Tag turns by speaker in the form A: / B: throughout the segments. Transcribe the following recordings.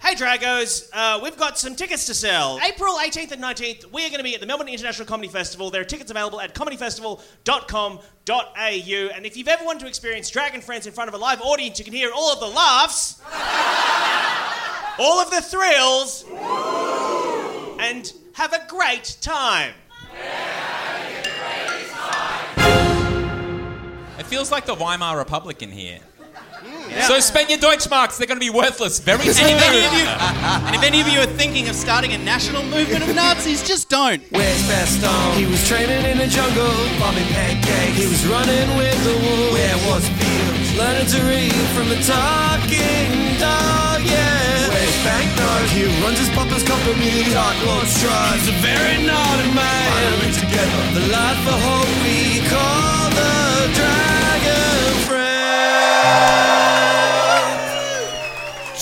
A: Hey Dragos, uh, we've got some tickets to sell. April 18th and 19th, we are going to be at the Melbourne International Comedy Festival. There are tickets available at comedyfestival.com.au. And if you've ever wanted to experience Dragon Friends in front of a live audience, you can hear all of the laughs, all of the thrills, and have a great time.
B: It feels like the Weimar Republic in here. So spend your Deutschmarks, they're going to be worthless very soon.
C: Hmm. If any of you- and if any of you are thinking of starting a national movement of Nazis, just don't.
D: Where's Baston? He was training in the jungle, bombing pancakes. He was running with the wolves. Where was Felix? Learning to read from the talking dog, yeah. Where's Banknote? He runs his papa's company, Dark Lord's Trust. He's a very naughty man. Finally together. The life of hope we call the Dragon Friend.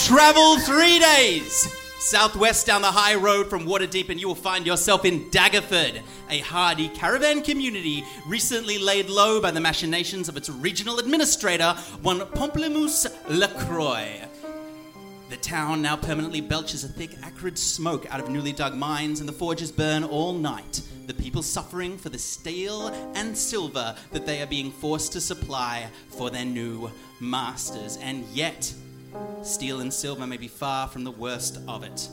C: Travel three days southwest down the high road from Waterdeep, and you will find yourself in Daggerford, a hardy caravan community recently laid low by the machinations of its regional administrator, one Pomplemousse Lacroix. The town now permanently belches a thick, acrid smoke out of newly dug mines, and the forges burn all night. The people suffering for the steel and silver that they are being forced to supply for their new masters. And yet, Steel and silver may be far from the worst of it.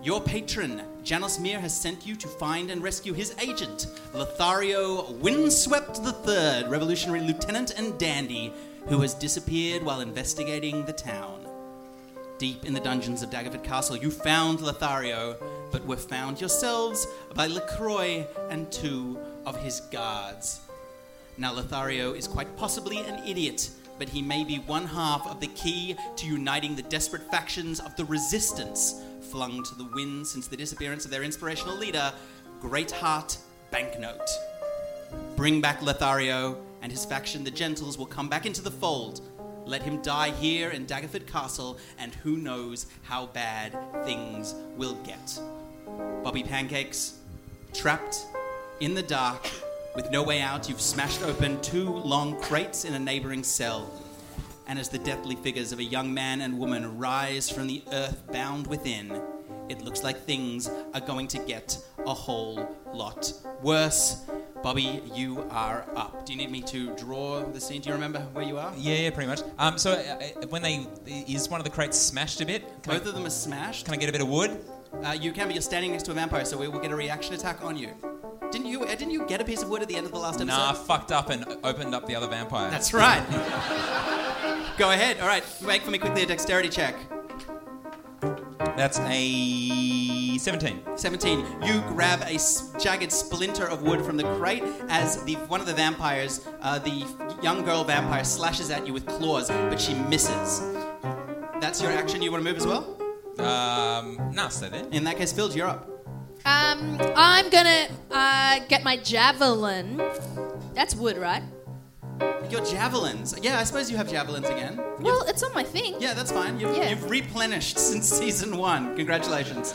C: Your patron, Janus Mir, has sent you to find and rescue his agent, Lothario Windswept III, revolutionary lieutenant and dandy, who has disappeared while investigating the town. Deep in the dungeons of Daggerford Castle, you found Lothario, but were found yourselves by LaCroix and two of his guards. Now, Lothario is quite possibly an idiot, but he may be one half of the key to uniting the desperate factions of the resistance flung to the wind since the disappearance of their inspirational leader, Greatheart Banknote. Bring back Lothario, and his faction, the Gentles, will come back into the fold. Let him die here in Daggerford Castle, and who knows how bad things will get. Bobby Pancakes, trapped in the dark, with no way out, you've smashed open two long crates in a neighboring cell. And as the deathly figures of a young man and woman rise from the earth bound within, it looks like things are going to get a whole lot worse. Bobby, you are up. Do you need me to draw the scene? Do you remember where you are?
B: Yeah, yeah, pretty much. Um, so uh, uh, when they is one of the crates smashed a bit? Can, I,
C: Both of them are smashed.
B: can I get a bit of wood?
C: Uh, you can, but you're standing next to a vampire, so we will get a reaction attack on you. Didn't you? Uh, didn't you get a piece of wood at the end of the last episode?
B: Nah, I fucked up and opened up the other vampire.
C: That's right. Go ahead. All right, make for me quickly a dexterity check.
B: That's a seventeen.
C: 17. You grab a s- jagged splinter of wood from the crate as the one of the vampires, uh, the f- young girl vampire, slashes at you with claws, but she misses. That's your action. You want to move as well?
B: Um, nah, so then.
C: In that case, Phil, you're up.
E: Um, I'm gonna uh, get my javelin. That's wood, right?
C: Your javelins. Yeah, I suppose you have javelins again.
E: Well, it's on my thing.
C: Yeah, that's fine. You've,
E: Yeah.
C: you've replenished since season one. Congratulations.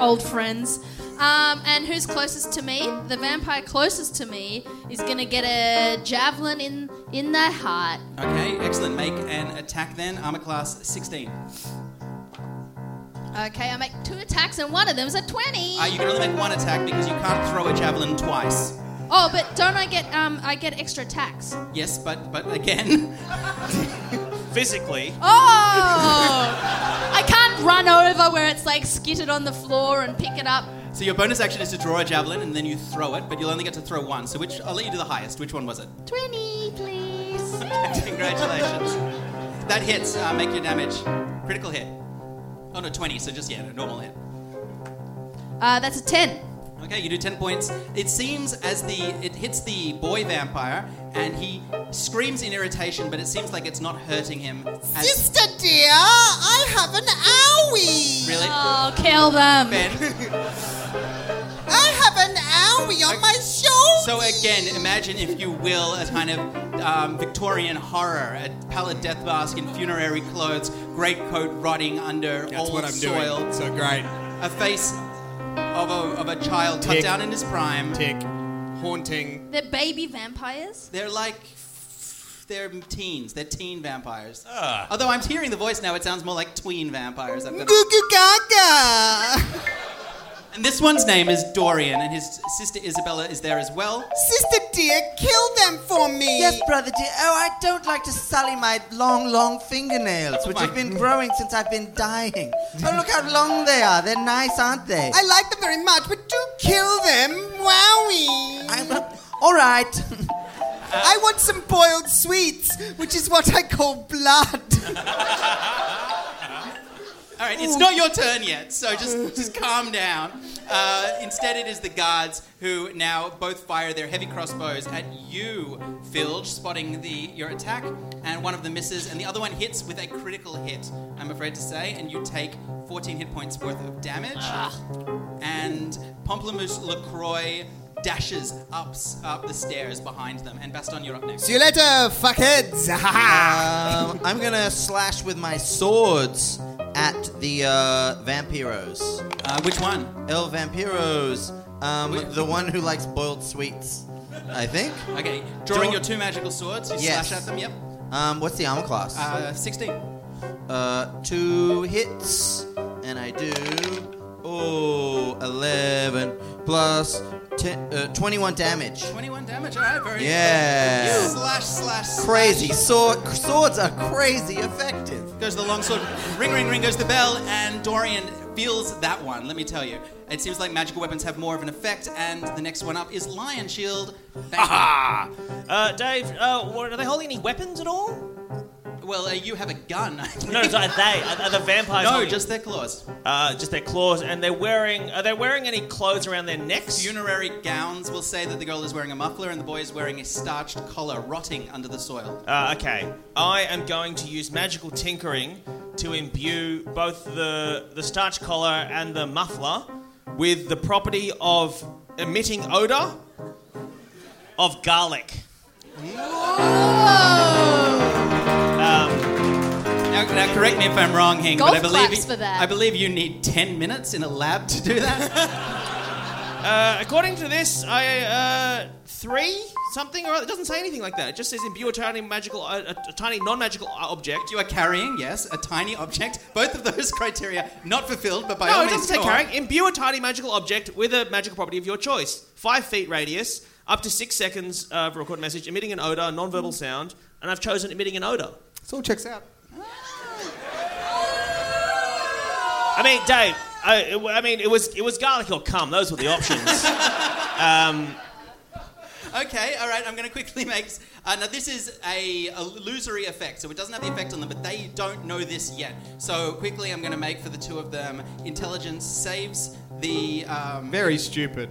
E: Old friends. Um, and who's closest to me? The vampire closest to me is gonna get a javelin in in their heart.
C: Okay, excellent. Make an attack then. Armor class 16.
E: Okay, I make two attacks and one of them's a twenty.
C: Uh, you can only make one attack because you can't throw a javelin twice.
E: oh, but don't I get um I get extra attacks?
C: Yes, but but again,
A: Physically,
E: Oh! I can't run over where it's like skittered on the floor and pick it up.
C: so your bonus action is to draw a javelin and then you throw it, but you'll only get to throw one. So which I'll let you do the highest. Which one was it?
E: Twenty, please.
C: Congratulations. That hits. Uh, make your damage. Critical hit. Oh no, 20. So just yeah, a normal hit.
E: Uh, that's a ten.
C: Okay, you do 10 points. It seems as the it hits the boy vampire and he screams in irritation, but it seems like it's not hurting him. As,
F: Sister dear, I have an owie.
C: really?
E: Oh, kill them.
C: Ben.
F: I have an owie on my shoulder.
C: So again, imagine if you will a kind of um, Victorian horror, a pallid death mask in funerary clothes, greatcoat rotting under
G: That's
C: old
G: what I'm
C: soil,
G: doing. So great.
C: a face of a, of a child cut
G: Tick.
C: down in his prime.
G: Tick. Haunting.
E: They're baby vampires.
C: They're like they're teens. They're teen vampires. Although I'm hearing the voice now, it sounds more like tween vampires. I've got-
F: Goo goo gaga.
C: And this one's name is Dorian, and his sister Isabella is there as well.
F: Sister dear, kill them for me.
H: Yes, brother dear. Oh, I don't like to sully my long, long fingernails, which
F: Oh
C: my-
H: have been growing since I've been dying. Oh, look how long they are. They're nice, aren't they?
F: I like them very much, but do kill them. Wowie.
H: I'm all right.
F: I want some boiled sweets, which is what I call blood.
C: All right, it's not your turn yet, so just just calm down. Uh, instead, it is the guards who now both fire their heavy crossbows at you, Filge, spotting the your attack, and one of them misses, and the other one hits with a critical hit. I'm afraid to say, and you take 14 hit points worth of damage.
H: Ah.
C: And Pomplamoose Lacroix dashes up up the stairs behind them, and Baston, you're up next.
H: See you later, fuckheads. um, I'm gonna slash with my swords at the uh, vampiros.
C: Uh, which one?
H: El Vampiros, um, the one who likes boiled sweets, I think.
C: Okay, drawing
H: Draw-
C: your two magical swords, you
H: Yes.
C: slash at them. Yep,
H: Um, what's the armor class?
C: uh, 16.
H: Uh, two hits, and I do. Oh, 11 plus 10, uh, 21 damage.
C: 21 damage, alright, very
H: Yeah.
C: good. Slash, slash, slash.
H: Crazy. Sword, swords are crazy effective.
C: Goes the longsword. Ring, ring, ring goes the bell, and Dorian feels that one, let me tell you. It seems like magical weapons have more of an effect, and the next one up is Lion Shield.
A: Ah. Uh, Dave, uh, what, are they holding any weapons at all?
C: Well, uh, you have a gun. I think.
A: No, it's not they. Are, are the vampires?
C: No,
A: holding-
C: just their claws.
A: uh, just their claws, and they're wearing. Are they wearing any clothes around their necks?
C: Funerary gowns will say that the girl is wearing a muffler and the boy is wearing a starched collar rotting under the soil.
A: Uh, okay, I am going to use magical tinkering to imbue both the the starch collar and the muffler with the property of emitting odor of garlic.
C: Now, now, correct me if I'm wrong, Hing,
E: Golf
C: but I believe
E: claps
C: you-
E: for that.
C: I believe you need 10 minutes in a lab to do that.
A: Uh, according to this, I uh, three something or other. It doesn't say anything like that. It just says imbue a tiny magical, uh, a, a tiny non-magical object.
C: You are carrying, yes, a tiny object. Both of those criteria not fulfilled, but by
A: No,
C: all
A: it
C: means,
A: doesn't say
C: go on.
A: carrying. Imbue a tiny magical object with a magical property of your choice. Five feet radius, up to six seconds uh, of a recorded message, emitting an odor, non-verbal sound, and I've chosen emitting an odor.
G: Mm. This all checks out.
A: I mean, Dave, I, it w- I mean, it was it was garlic or cum. Those were the options.
C: Okay, all right. I'm going to quickly make. Uh, now this is a illusory effect, so it doesn't have the effect on them, but they don't know this yet. So quickly, I'm going to make for the two of them. Intelligence saves the. Um,
G: Very stupid.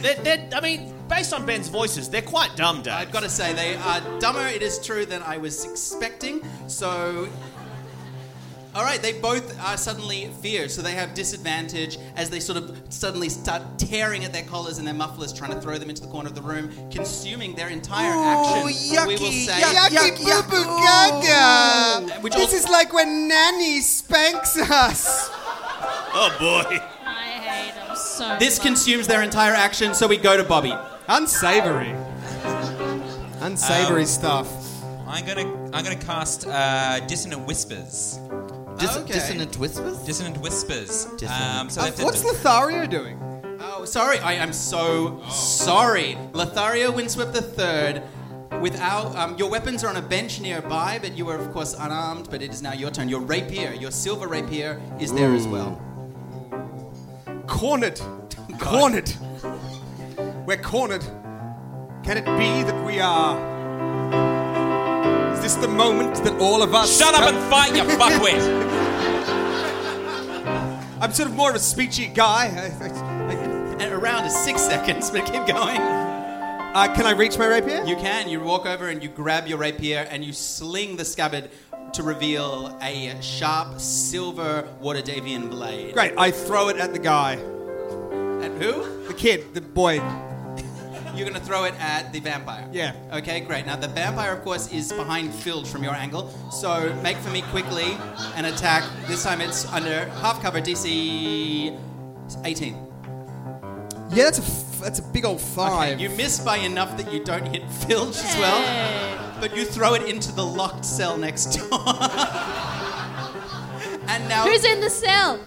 A: they're, they're, I mean, based on Ben's voices, they're quite dumb, Dave.
C: I've got to say they are dumber. It is true than I was expecting. So. All right, they both are suddenly fear, so they have disadvantage as they sort of suddenly start tearing at their collars and their mufflers, trying to throw them into the corner of the room, consuming their entire
H: Oh,
C: action.
H: yucky. Oh.
C: we will say,
H: yuck, yuck,
F: Yucky boo
H: yuck.
F: boo gaga.
C: Which
F: This
C: also-
F: is like when Nanny spanks us.
A: oh boy.
E: I hate them so
C: This
E: much.
C: consumes their entire action, so we go to Bobby.
G: Unsavory. Unsavory stuff.
B: I'm gonna I'm gonna cast uh, dissonant whispers.
H: Dis-
C: Okay.
H: Dissonant whispers?
B: Dissonant whispers.
H: Dissonant.
C: Uh,
B: Um, so they have to-
G: Uh, What's Lothario doing?
C: Oh, sorry, I am so sorry. Lothario Windswept the Third. Without um, your weapons are on a bench nearby, but you are of course unarmed. But it is now your turn. Your rapier, your silver rapier, is there as well.
G: Cornered. Cornered. We're cornered. Can it be that we are? Is this the moment that all of us?
B: Shut up and fight, you fuckwit!
G: I'm sort of more of a speechy guy. I, I, I,
C: a- around is six seconds, but keep going.
G: Uh, can I reach my rapier?
C: You can. You walk over and you grab your rapier and you sling the scabbard to reveal a sharp silver Waterdavian blade.
G: Great. I throw it at the guy.
C: At who?
G: The kid, the boy.
C: You're going to throw it at the vampire.
G: Yeah.
C: Okay, great. Now, the vampire, of course, is behind Filge from your angle, so make for me quickly an attack. This time it's under half cover, DC 18.
G: Yeah, that's a f- that's a big old five.
C: Okay, you miss by enough that you don't hit Filge as well, but you throw it into the locked cell next door. and now
E: Who's in the cell?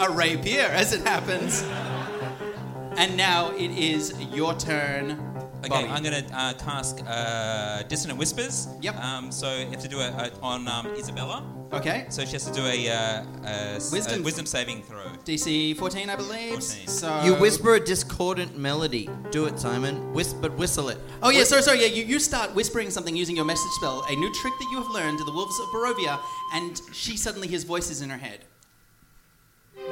C: a rapier, as it happens. And now it is your turn.
B: Okay,
C: Bobby.
B: I'm gonna uh, cast uh, dissonant whispers.
C: Yep.
B: Um, so you have to do it uh, on um, Isabella.
C: Okay.
B: So she has to do a, uh, a s- a
C: Wisdom.
B: wisdom saving throw.
C: DC 14, I believe.
B: 14.
C: So
H: You whisper a discordant melody. Do it, Simon. Whisper, whistle it.
C: Oh yeah, sorry, sorry. Yeah, you, you start whispering something using your message spell, a new trick that you have learned to the wolves of Barovia, and she suddenly hears voices in her head.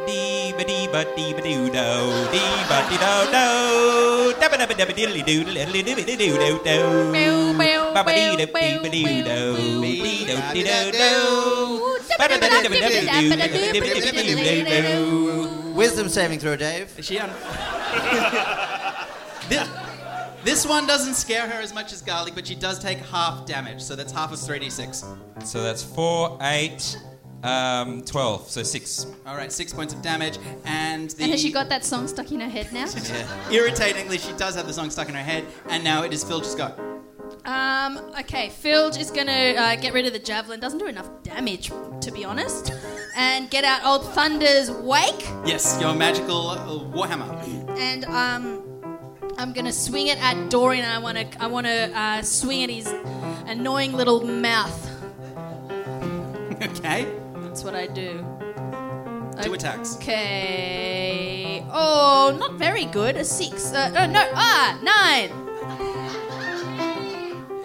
B: Dee ba dee ba dee ba doo do. Dee ba dee do do. Da ba da ba da ba diddly doo diddly doo doo doo doo do.
E: Meow, meow,
B: Ba ba dee
E: meow,
B: do dee ba dee
E: meow,
B: do.
E: meow.
B: Dee do dee do do. Ba da ba da ba da ba da doo da ba da ba da ba doo doo doo.
H: Wisdom saving throw, Dave.
C: She un- this, this one doesn't scare her as much as garlic, but she does take half damage, so that's half of 3d6.
B: So that's 4, 8, um, 12. So 6.
C: All right, six points of damage, and the
E: And has she got that song stuck in her head now?
C: irritatingly she does have the song stuck in her head, and now it is Filch's go.
E: Um, okay, Filge is gonna uh, get rid of the javelin. Doesn't do enough damage, to be honest. And get out old Thunder's wake.
C: Yes, your magical uh, warhammer.
E: And um, I'm gonna swing it at Dorian. I wanna, I wanna uh, swing at his annoying little mouth.
C: okay,
E: That's what I do.
C: two attacks.
E: Okay. Oh, not very good. A six. Uh, oh, no. Ah, nine.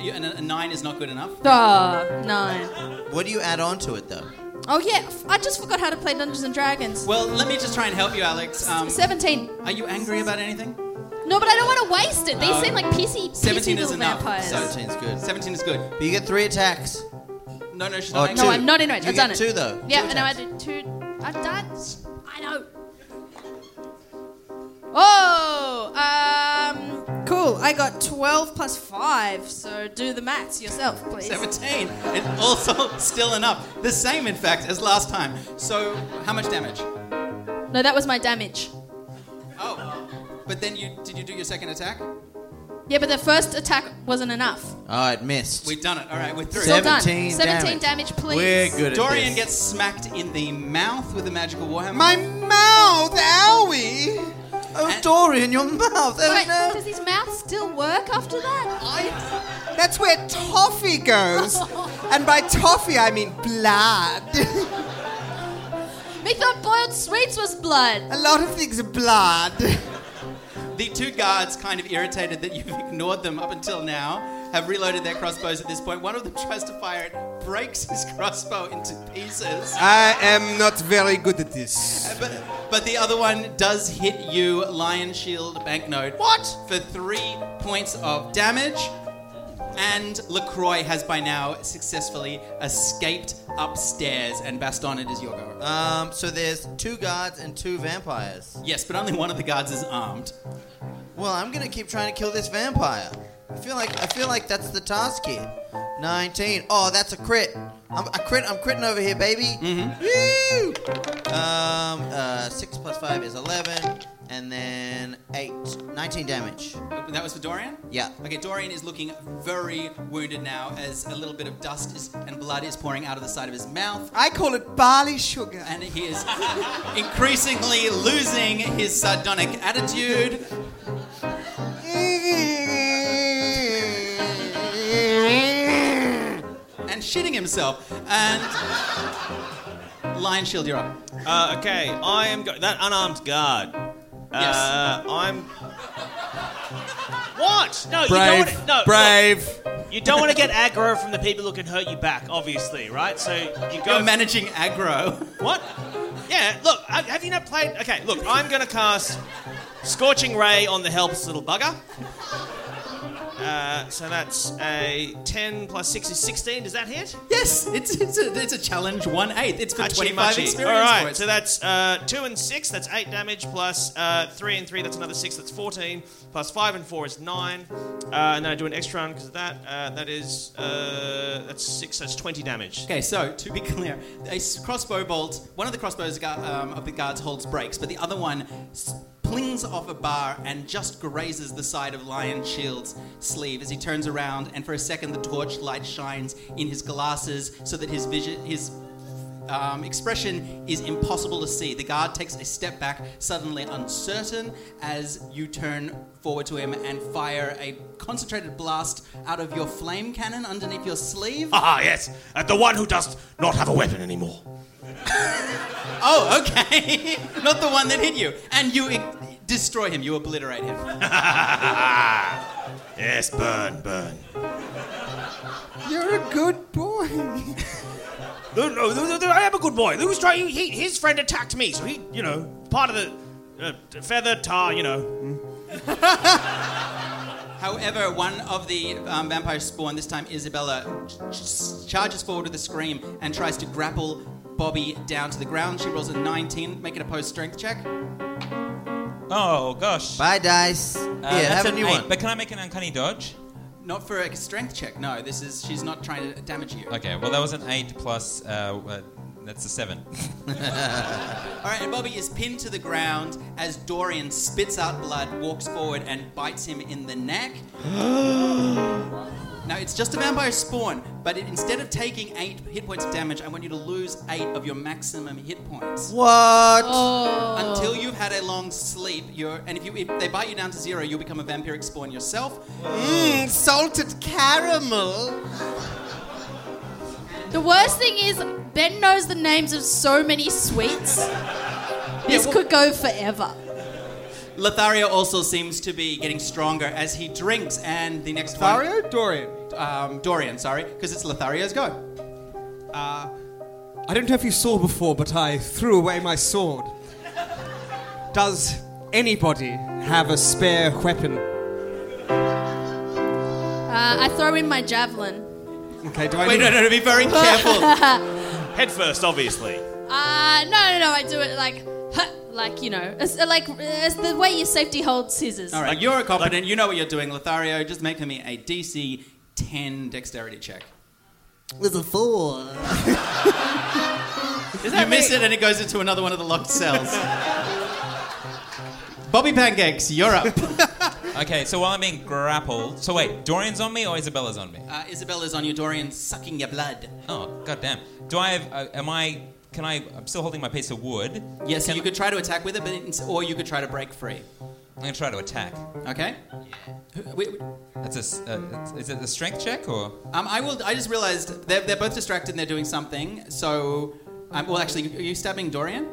C: You- And a a nine is not good enough.
E: Ah, nine.
H: What do you add on to it, though?
E: Oh yeah, f- I just forgot how to play Dungeons and Dragons.
C: Well, let me just try and help you, Alex. Um,
E: Seventeen.
C: are you angry about anything?
E: No, but I don't want to waste it. These
C: Oh.
E: seem like pissy, pissy
C: 17
E: little
C: is enough.
E: vampires.
C: So-
H: 17's good.
C: 17 is good.
H: But you get three attacks.
C: No, no, she's
H: Oh,
C: not
H: two.
E: no, I'm not in range.
H: You
E: I've done
H: get
E: it.
H: two, though.
E: Yeah,
H: Two
E: and now I
H: attacks.
E: did two. I've done. I know. Oh, um, cool. I got twelve plus five. So do the maths yourself, please.
C: 17. It's also still enough. The same, in fact, as last time. So, how much damage?
E: No, that was my damage.
C: Oh, but then you did you do your second attack?
E: Yeah, but the first attack wasn't enough.
H: Oh, it missed.
C: We've done it. All right, we're through.
E: Still done.
H: 17
E: 17
H: damage.
E: damage, please.
H: We're good at
C: Dorian
H: this.
C: gets smacked in the mouth with a magical warhammer.
F: My mouth, owie!
H: Oh, Dorian, your mouth. Oh,
E: Wait,
H: no.
E: does his mouth still work after that?
F: That's where toffee goes. and by toffee, I mean blood.
E: Me thought boiled sweets was blood.
F: A lot of things are blood.
C: The two guards, kind of irritated that you've ignored them up until now, have reloaded their crossbows at this point. One of them tries to fire it, breaks his crossbow into pieces.
G: I am not very good at this.
C: But, but the other one does hit you, Lion Shield Banknote. What? For three points of damage. And LaCroix has by now successfully escaped upstairs, and Baston, it is your go.
H: Um, so there's two guards and two vampires.
C: yes, but only one of the guards is armed.
H: Well, I'm gonna keep trying to kill this vampire. I feel like I feel like that's the task here. 19. Oh, that's a crit. I'm a crit. I'm critting over here, baby.
B: Mm-hmm.
H: Woo! Um, uh, six plus five is 11, and then eight. 19 damage.
C: That was for Dorian?
H: Yeah.
C: Okay, Dorian is looking very wounded now as a little bit of dust is, and blood is pouring out of the side of his mouth.
F: I call it barley sugar.
C: and he is increasingly losing his sardonic attitude. And shitting himself. And Lion Shield, you're up.
A: Uh, okay, I am go- that unarmed guard.
C: Yes.
A: Uh, I'm. What? No, you don't
G: Brave,
A: want to, no, look,
G: brave.
A: you don't want to get aggro from the people who can hurt you back, obviously, right? So you go.
C: You're managing aggro.
A: what? Yeah. Look, I- have you not played? Okay. Look, I'm gonna cast Scorching Ray on the helps, little bugger. Uh, so that's a 10 plus 6 is 16. Does that hit?
C: Yes, it's it's a, it's a challenge one eighth. It's for
A: Hachi
C: twenty five
A: machi.
C: experience
A: All right,
C: points.
A: so that's uh, two and six. That's eight damage plus uh, three and three. That's another six. That's fourteen plus five and four is nine. Uh, and then I do an extra round because of that. Uh, that is uh, that's six. That's twenty damage.
C: Okay, so to be clear, a s- crossbow bolt, one of the crossbows gu- um, of the guards holds breaks, but the other one s- plings off a bar and just grazes the side of Lion Shield's sleeve as he turns around, and for a second the torchlight shines in his glasses so that his vision, his um, expression is impossible to see. The guard takes a step back, suddenly uncertain, as you turn forward to him and fire a concentrated blast out of your flame cannon underneath your sleeve.
A: Ah yes, at the one who does not have a weapon anymore.
C: Oh, okay. Not the one that hit you. And you i- destroy him, you obliterate him.
A: yes, burn, burn.
F: You're a good boy.
A: No, no, no, no, Oh, I am a good boy. Who was trying? He, his friend attacked me, so he, you know, part of the uh, feather tar, you know.
C: However, one of the um, vampires spawn, this time Isabella, ch- ch- charges forward with a scream and tries to grapple Bobby down to the ground. She rolls a 19, make it a post strength check.
B: Oh gosh.
H: Bye, dice.
B: Uh,
H: Here,
B: that's
H: have a
B: an
H: new
B: eight,
H: one.
B: But can I make an uncanny dodge?
C: Not for a strength check, no. This is, she's not trying to damage you.
B: Okay. Well, that was an eight plus. Uh, uh, that's a seven.
C: All right, and Bobby is pinned to the ground as Dorian spits out blood, walks forward, and bites him in the neck. now, it's just a vampire spawn, but it, instead of taking eight hit points of damage, I want you to lose eight of your maximum hit points.
H: What?
F: Oh.
C: Until you've had a long sleep, you're, and if, you, if they bite you down to zero, you'll become a vampiric spawn yourself.
F: Mm, salted caramel.
E: The worst thing is, Ben knows the names of so many sweets. This could go forever.
C: Lothario also seems to be getting stronger as he drinks, and the next one.
F: Dario? Dorian.
C: Um, Dorian, sorry, because it's Lothario's go.
G: I don't know if you saw before, but I threw away my sword. Does anybody have a spare weapon?
E: Uh, I throw in my javelin.
G: Okay, do I
C: Wait,
G: need
C: no, no, no, be very careful.
A: Head first, obviously.
E: Uh, no, no, no, I do it like, huh, like you know, as, uh, like as the way your safety holds scissors.
C: All right, you're a competent. you know what you're doing, Lothario. Just make me a DC 10 dexterity check.
F: With a four.
C: you miss it, and it goes into another one of the locked cells. Bobby Pancakes, you're up.
B: Okay. So while I'm being grappled, so wait, Dorian's on me or Isabella's on me?
C: Uh, Isabella's on you, Dorian, sucking your blood.
B: Oh goddamn. Do I have? Uh, am I? Can I? I'm still holding my piece of wood.
C: Yeah, so you could try to attack with it, but it's, or you could try to break free.
B: I'm gonna try to attack.
C: Okay. Who- wait, wait.
B: That's a. s- Uh, is it a strength check or?
C: Um, I will. I just realized they're, they're both distracted and they're doing something. So, um, well, actually, are you stabbing Dorian?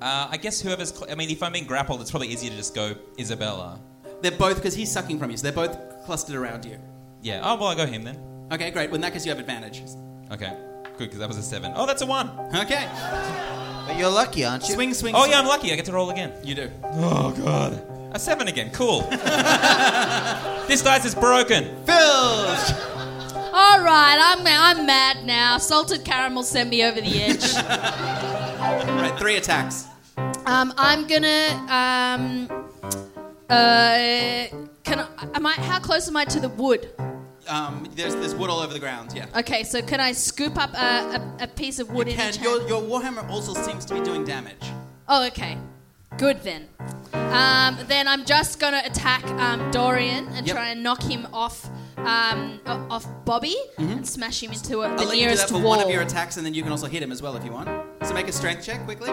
B: Uh, I guess whoever's. Cl- I mean, if I'm being grappled, it's probably easier to just go Isabella.
C: They're both because he's sucking from you. So they're both clustered around you.
B: Yeah. Oh well, I go him then.
C: Okay, great. Well, in that case, you have advantage.
B: Okay. Good because that was a seven. Oh, that's a one.
C: Okay.
H: But you're lucky, aren't you?
C: Swing, swing.
B: Oh
C: swing.
B: yeah, I'm lucky. I get to roll again.
C: You do.
B: Oh god. A seven again. Cool. this dice is broken.
C: Phil!
E: All right, I'm I'm mad now. Salted caramel sent me over the edge.
C: right, three attacks.
E: Um, I'm gonna. Um, uh, can I, am I? How close am I to the wood?
C: Um, there's, there's wood all over the ground, yeah.
E: Okay, so can I scoop up a, a, a piece of wood
C: You
E: in
C: can.
E: each hand?
C: Your, your Warhammer also seems to be doing damage.
E: Oh, okay. Good then. Um, then I'm just gonna attack um, Dorian and
C: Yep.
E: try and knock him off. Um, o- off Bobby and smash him into a,
C: Mm-hmm. I'll
E: the
C: let you do that
E: nearest
C: for
E: wall.
C: one of your attacks, and then you can also hit him as well if you want. So make a strength check quickly.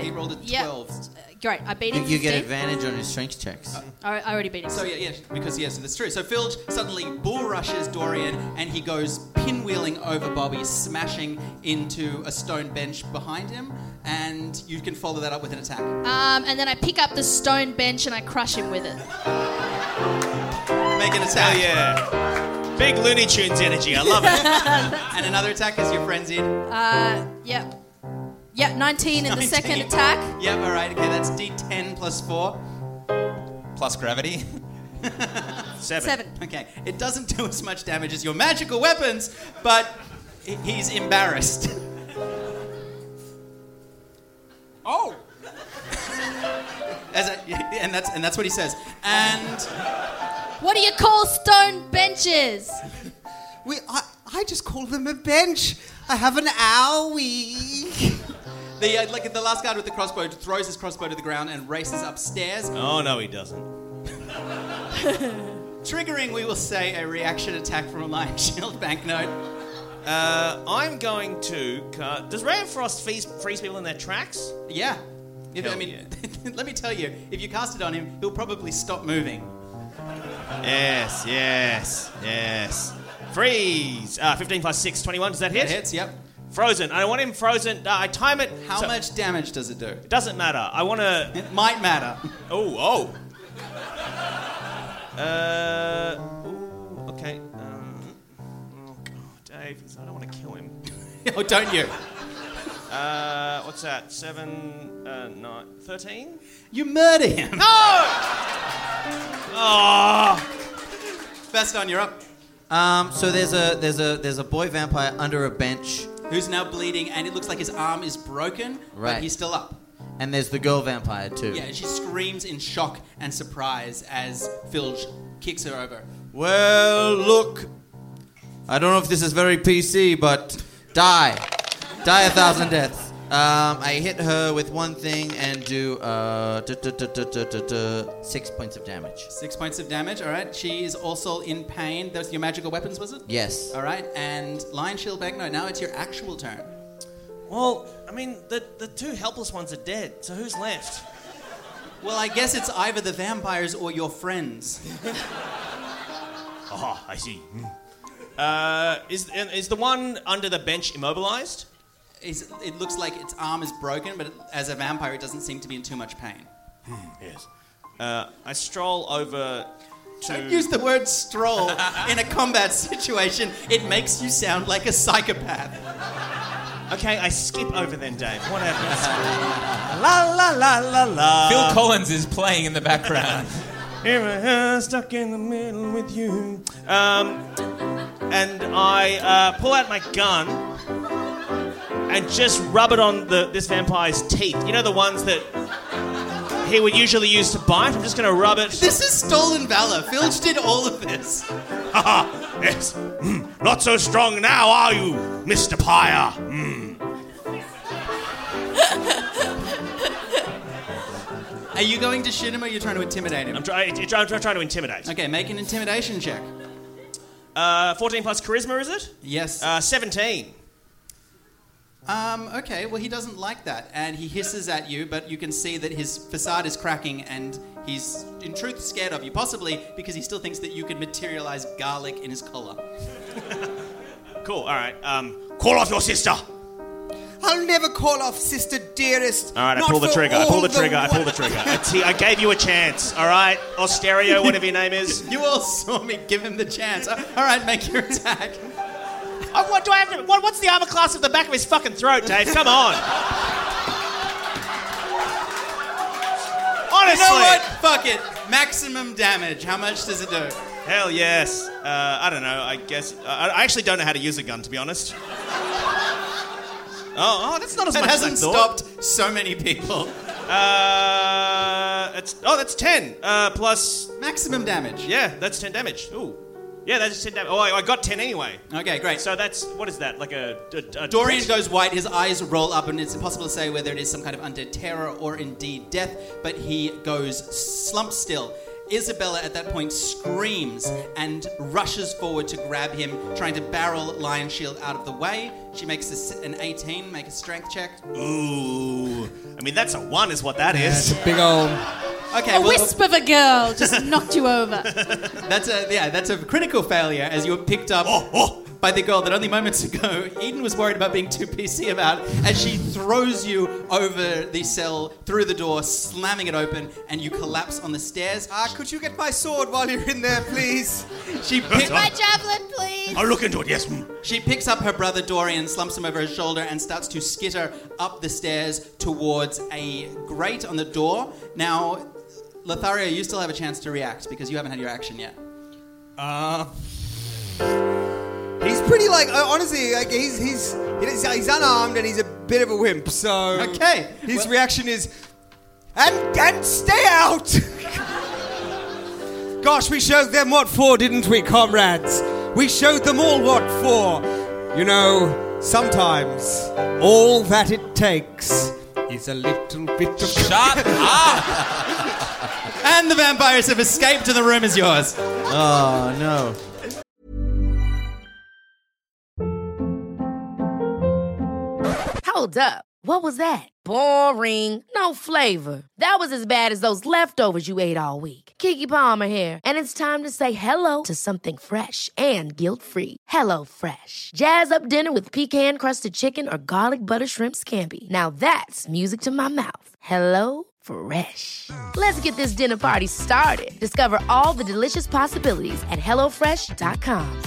C: he rolled a
E: Uh, yeah. Uh,
C: 12.
E: Great, I beat
H: You,
E: him.
H: you get
E: 15.
H: advantage on your strength checks.
E: I, I already beat him.
C: So yeah, yeah, because yes, that's true. So Filge suddenly bull rushes Dorian, and he goes pinwheeling over Bobby, smashing into a stone bench behind him, and you can follow that up with an attack.
E: Um, and then I pick up the stone bench and I crush him with it.
C: Make an attack.
A: Hell Oh, yeah! Big Looney Tunes energy. I love it.
C: And another attack is your frenzied.
E: Yep. Yep, 19 in the second attack.
C: Yep, alright, okay, that's d10 plus 4.
B: Plus gravity.
A: Seven.
E: Seven.
C: Okay, it doesn't do as much damage as your magical weapons, but he- he's embarrassed.
G: Oh!
C: As a, and, that's, and that's what he says. And
E: What do you call stone benches?
F: We, I, I just call them a bench. I have an owie.
C: the, uh, like, the last guard with the crossbow throws his crossbow to the ground and races upstairs,
A: Oh, no, he doesn't.
C: triggering, we will say, a reaction attack from a Lion Shield banknote.
A: Uh, I'm going to. Cut. Does Ray of Frost freeze, freeze people in their tracks?
C: Yeah. If- I
A: Hell
C: mean, let me tell you, if you cast it on him, he'll probably stop moving.
A: Yes, yes, yes. Freeze! Uh, 15 plus 6, 21. Does that hit?
C: It hits, yep.
A: Frozen. I want him frozen. Uh, I time it.
C: How
A: so-
C: much damage does it do?
A: It doesn't matter. I want to.
C: It might matter.
A: Oh, oh. Uh. Ooh, okay. Um, oh, God, Dave. I don't want to kill him.
C: oh, don't you?
A: Uh, what's that? Seven, uh, nine, thirteen?
C: You murder him.
A: Ah! Oh!
C: Baston, you're up.
H: Um, so there's a there's a there's a boy vampire under a bench,
C: Who's now bleeding, and it looks like his arm is broken, but
H: Right.
C: he's still up.
H: and there's the girl vampire too.
C: Yeah, she screams in shock and surprise as Filge kicks her over.
H: Well, look. I don't know if this is very PC, but die. Die a thousand deaths. Um, I hit her with one thing and do uh, duh, duh, duh, duh, duh, duh, duh, six points of damage.
C: Six points of damage, alright. She is also in pain. Those your magical weapons, was it?
H: Yes.
C: Alright, and Lion Shield Banknote, now it's your actual turn.
A: Well, I mean, the, the two helpless ones are dead, so who's left?
C: Well, I guess it's either the vampires or your friends.
A: Ah, I see. Uh, is, and is the one under the bench immobilized?
C: It's, it looks like its arm is broken, but it, as a vampire, it doesn't seem to be in too much pain.
A: Yes. Uh, I stroll over to.
C: Don't use the word stroll in a combat situation. It makes you sound like a psychopath.
A: Okay, I skip over then, Dave. What happens?
B: La la la la la. Phil Collins is playing in the background.
A: Here I am, stuck in the middle with you. Um, and I uh, pull out my gun and just rub it on the, this vampire's teeth. You know the ones that he would usually use to bite? I'm just going to rub it.
C: This is stolen valor. Filch did all of this.
A: Ah, yes. Hmm, Not so strong now, are you, Mr. Pyre? Hmm.
C: Are you going to shoot him or are you trying to intimidate him?
A: I'm, try- I'm trying to intimidate.
C: Okay, make an intimidation check.
A: Uh, 14 plus charisma, is it?
C: Yes.
A: Uh, 17.
C: um, okay, well, he doesn't like that and he hisses at you, but you can see that his facade is cracking and he's in truth scared of you, possibly because he still thinks that you could materialize garlic in his collar.
A: Cool, alright. Um, call off your sister!
F: I'll never call off sister dearest.
A: All right, I
F: not
A: pull the
F: for
A: trigger. I
F: all
A: pull the trigger. I
F: wo-
A: pull the trigger. I, t- I gave you a chance. All right, Austereo, whatever your name is.
C: You all saw me give him the chance. Uh, All right, make your attack.
A: Oh, what do I have to? What, what's the armor class of the back of his fucking throat, Dave? Come on.
C: You
A: Honestly.
C: know what? Fuck it. Maximum damage. How much does it do?
A: Hell yes. Uh, I don't know. I guess uh, I, I actually don't know how to use a gun, to be honest. Oh, oh that's not as
C: It
A: much as I
C: hasn't
A: thought.
C: stopped so many people.
A: Uh, that's, oh, that's ten uh, plus.
C: Maximum damage.
A: Yeah, that's ten damage. Ooh. Yeah, that's ten damage. Oh, I, I got ten anyway.
C: Okay, great. So
A: So that's what is that? Like a, a, a
C: Dorian
A: crit?
C: goes white, his eyes roll up, and it's impossible to say whether it is some kind of undead terror or indeed death, but he goes slump still. Isabella at that point screams and rushes forward to grab him, trying to barrel Lion Shield out of the way. She makes a s an 18, make a strength check.
A: Ooh. I mean, that's a one, is what that is.
G: Big old.
C: Okay,
E: A
C: well,
E: wisp of a girl just knocked you over.
C: That's a yeah, that's a critical failure as you're picked up
A: Oh, oh.
C: by the girl that only moments ago Eden was worried about being too PC about as she throws you over the cell through the door, slamming it open, and you collapse on the stairs. Ah, could you get my sword while you're in there, please? She picks
E: My javelin, please.
A: I'll look into it, yes.
C: she picks up her brother Dorian, slumps him over his shoulder, and starts to skitter up the stairs towards a grate on the door. Now, Lothario, you still have a chance to react because you haven't had your action yet.
G: Uh,
F: He's pretty like uh, honestly, like he's he's he's unarmed and he's a bit of a wimp. So
C: Okay.
F: his
C: Well-
F: reaction is, and and stay out.
G: gosh, we showed them what for, didn't we, comrades? We showed them all what for. You know, sometimes all that it takes is a little bit of.
B: Shut up!
C: And the vampires have escaped, and the room is yours.
H: Oh no.
I: Hold up. What was that? Boring. No flavor. That was as bad as those leftovers you ate all week. Kiki Palmer here, and it's time to say hello to something fresh and guilt-free. Hello Fresh. Jazz up dinner with pecan-crusted chicken or garlic butter shrimp scampi. Now that's music to my mouth. Hello Fresh. Let's get this dinner party started. Discover all the delicious possibilities at hellofresh.com.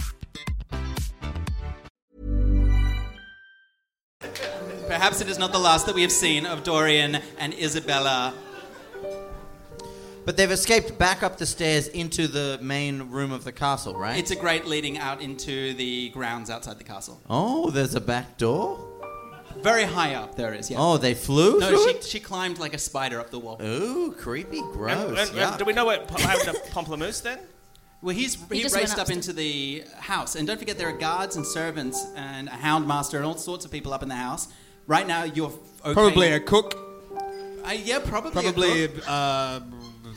C: Perhaps it is not the last that we have seen of Dorian and Isabella.
H: But they've escaped back up the stairs into the main room of the castle, right?
C: It's a great leading out into the grounds outside the castle.
H: oh, there's a back door.
C: Very high up, there is, yeah.
H: Oh, they flew.
C: No,
H: through
C: she,
H: it?
C: she climbed like a spider up the wall.
H: Ooh, creepy,
A: And-
H: gross.
A: and- and
H: yuck.
A: do we know what what happened to Pomplamoose then?
C: Well, he's, he,
E: just
C: raced
E: went
C: up into the house, and don't forget there are guards and servants and a hound master and all sorts of people up in the house. Right now, you're okay.
G: Probably a cook.
C: Uh, yeah, probably a
G: Probably
C: cook.
G: uh,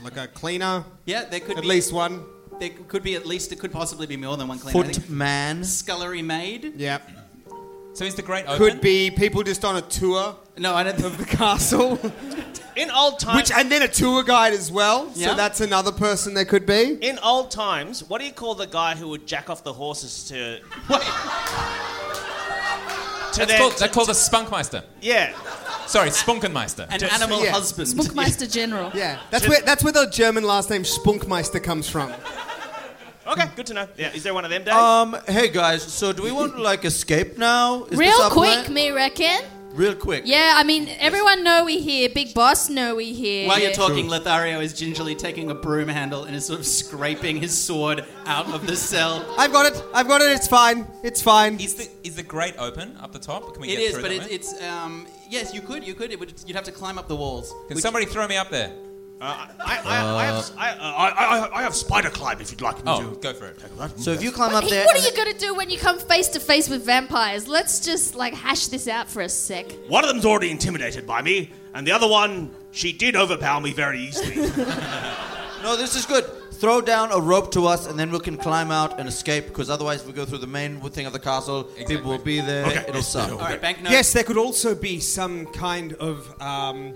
G: like a cleaner.
C: yeah. There could
G: At
C: be,
G: least one.
C: there could be at least there could possibly be more than one cleaner. I
H: Foot
C: think.
H: man.
C: scullery maid.
G: Yeah.
B: So is the great open?
G: Could be people just on a tour
C: No, I don't.
G: of the castle,
A: In old times,
G: which and then a tour guide as well.
C: Yeah.
G: So that's another person there could be.
A: in old times, what do you call the guy who would jack off the horses to
C: Wait,
A: to
B: That's
A: their
B: called, that's called a spunkmeister.
A: yeah?
B: Sorry, spunkenmeister.
C: an animal
G: yeah.
C: husband.
E: Bookmaster General.
G: Yeah, that's where that's where the German last name Spunkmeister comes from.
A: Okay, good to know. Yeah, is there one of them, Dave?
H: Um, hey guys, so do we want to like escape now? Is this
E: Real
H: our
E: quick,
H: plan?
E: me reckon.
H: Real quick.
E: Yeah, I mean, everyone know we here. Big boss know we here.
C: While you're talking, Lothario is gingerly taking a broom handle and is sort of scraping his sword out of the cell.
G: I've got it. I've got it. It's fine. It's fine.
B: Is the is the grate open up the top? Can we
C: It
B: get
C: is,
B: through
C: but
B: that
C: it,
B: way?
C: it's um, yes, you could, you could. It would, you'd have to climb up the walls.
B: Can somebody throw me up there?
A: Uh, I, I, I, have, I, uh, I, I, I have spider climb if you'd like me
B: Oh,
A: to.
B: go for it.
H: So if you climb up
E: Hey,
H: there,
E: what are
H: and
E: you gonna do when you come face to face with vampires? Let's just like hash this out for a sec.
A: One of them's already intimidated by me, and the other one, she did overpower me very easily.
H: then- no, this is good. Throw down a rope to us, and then we can climb out and escape. Because otherwise, we go through the main thing of the castle. People will be there.
A: Okay.
H: It'll suck.
C: All right, banknote.
G: yes, there could also be some kind of. Um,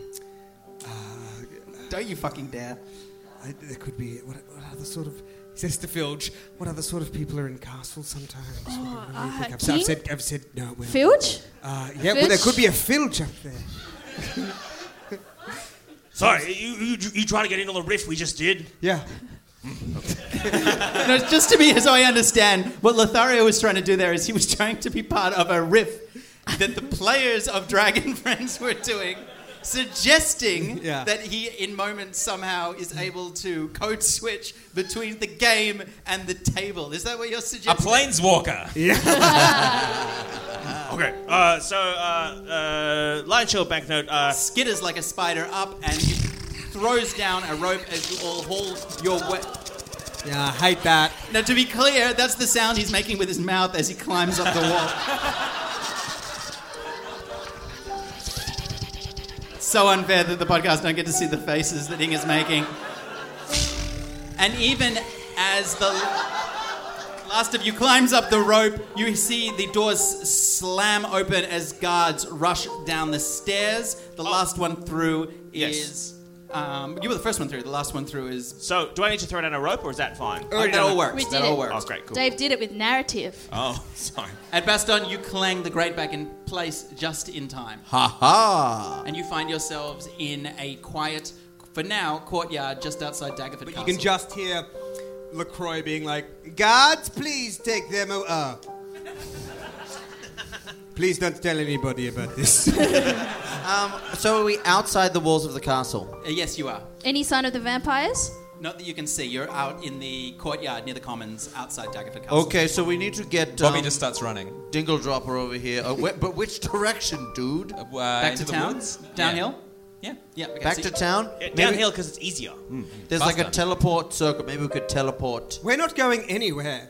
C: Don't you fucking dare.
G: I, there could be what, what other sort of Zesterfilge? What other sort of people are in castles sometimes? What do you think?
E: uh,
G: I've, said- I've
E: king?
G: said. I've said no. well,
E: Filch?
G: uh, yeah, well, there
E: Filch?
G: could be a filge up there.
A: Sorry, you, you, you trying to get into the riff we just did?
G: Yeah.
C: No, just to be as I understand, what Lothario was trying to do there is he was trying to be part of a riff that the players of Dragon Friends were doing, suggesting
G: Yeah.
C: that he, in moments, somehow is able to code switch between the game and the table. Is that what you're
B: A
C: suggesting?
B: planeswalker.
A: Okay. Uh, so, uh, uh, Lion Shield Banknote, uh,
C: skitters like a spider up and throws down a rope as you all haul your way.
G: Yeah, I hate that.
C: Now, to be clear, that's the sound he's making with his mouth as he climbs up the wall. so unfair that the podcast don't get to see the faces that Ing is making. And even as the last of you climbs up the rope, you see the doors slam open as guards rush down the stairs. The last one through
A: Yes.
C: is Um, you were the first one through. The last one through is.
A: So, do I need to throw down a rope or is that fine?
C: Oh, that all works.
E: We
C: that
E: did
C: all
E: it.
C: works.
A: Oh, great, cool.
E: Dave did it with narrative.
A: Oh, sorry.
C: At Baston, you clang the great back in place just in time.
H: Ha ha.
C: And you find yourselves in a quiet, for now, courtyard just outside Daggerford
G: But you
C: Castle.
G: can just hear LaCroix being like, Guards, please take them away. please don't tell anybody about this.
H: So are we outside the walls of the castle?
C: Uh, yes, you are.
E: Any sign of the vampires?
C: Not that you can see. You're out in the courtyard near the commons outside Daggerford Castle.
H: Okay, so we need to get um,
B: Bobby just starts running.
H: Dingle Dropper over here. Uh, wh- but which direction, dude?
B: Uh,
C: Back
B: into
C: to
B: the
C: town?
B: woods?
C: Downhill?
B: Yeah.
C: Yeah. okay,
H: Back
C: so
H: to
C: you-
H: town?
A: Yeah,
H: Maybe-
A: downhill because it's easier.
H: There's like a
B: faster.
H: teleport circle. Maybe we could teleport.
G: We're not going anywhere.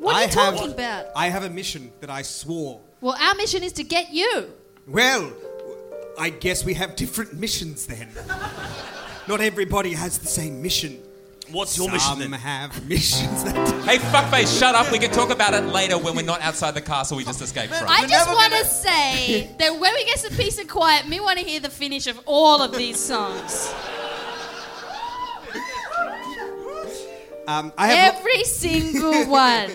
E: What are
G: I
E: you
G: have-
E: talking about?
G: I have a mission that I swore.
E: Well, our mission is to get you.
G: Well, I guess we have different missions then. not everybody has the same mission.
A: What's your
G: Some
A: mission then?
G: have missions that.
B: Hey, fuckface, shut up. We can talk about it later when we're not outside the castle we just escaped from.
E: I just
H: never
E: want to
H: gonna-
E: say that when we get some peace and quiet, me want to hear the finish of all of these songs.
G: Um, I have. lo-
E: Every single one.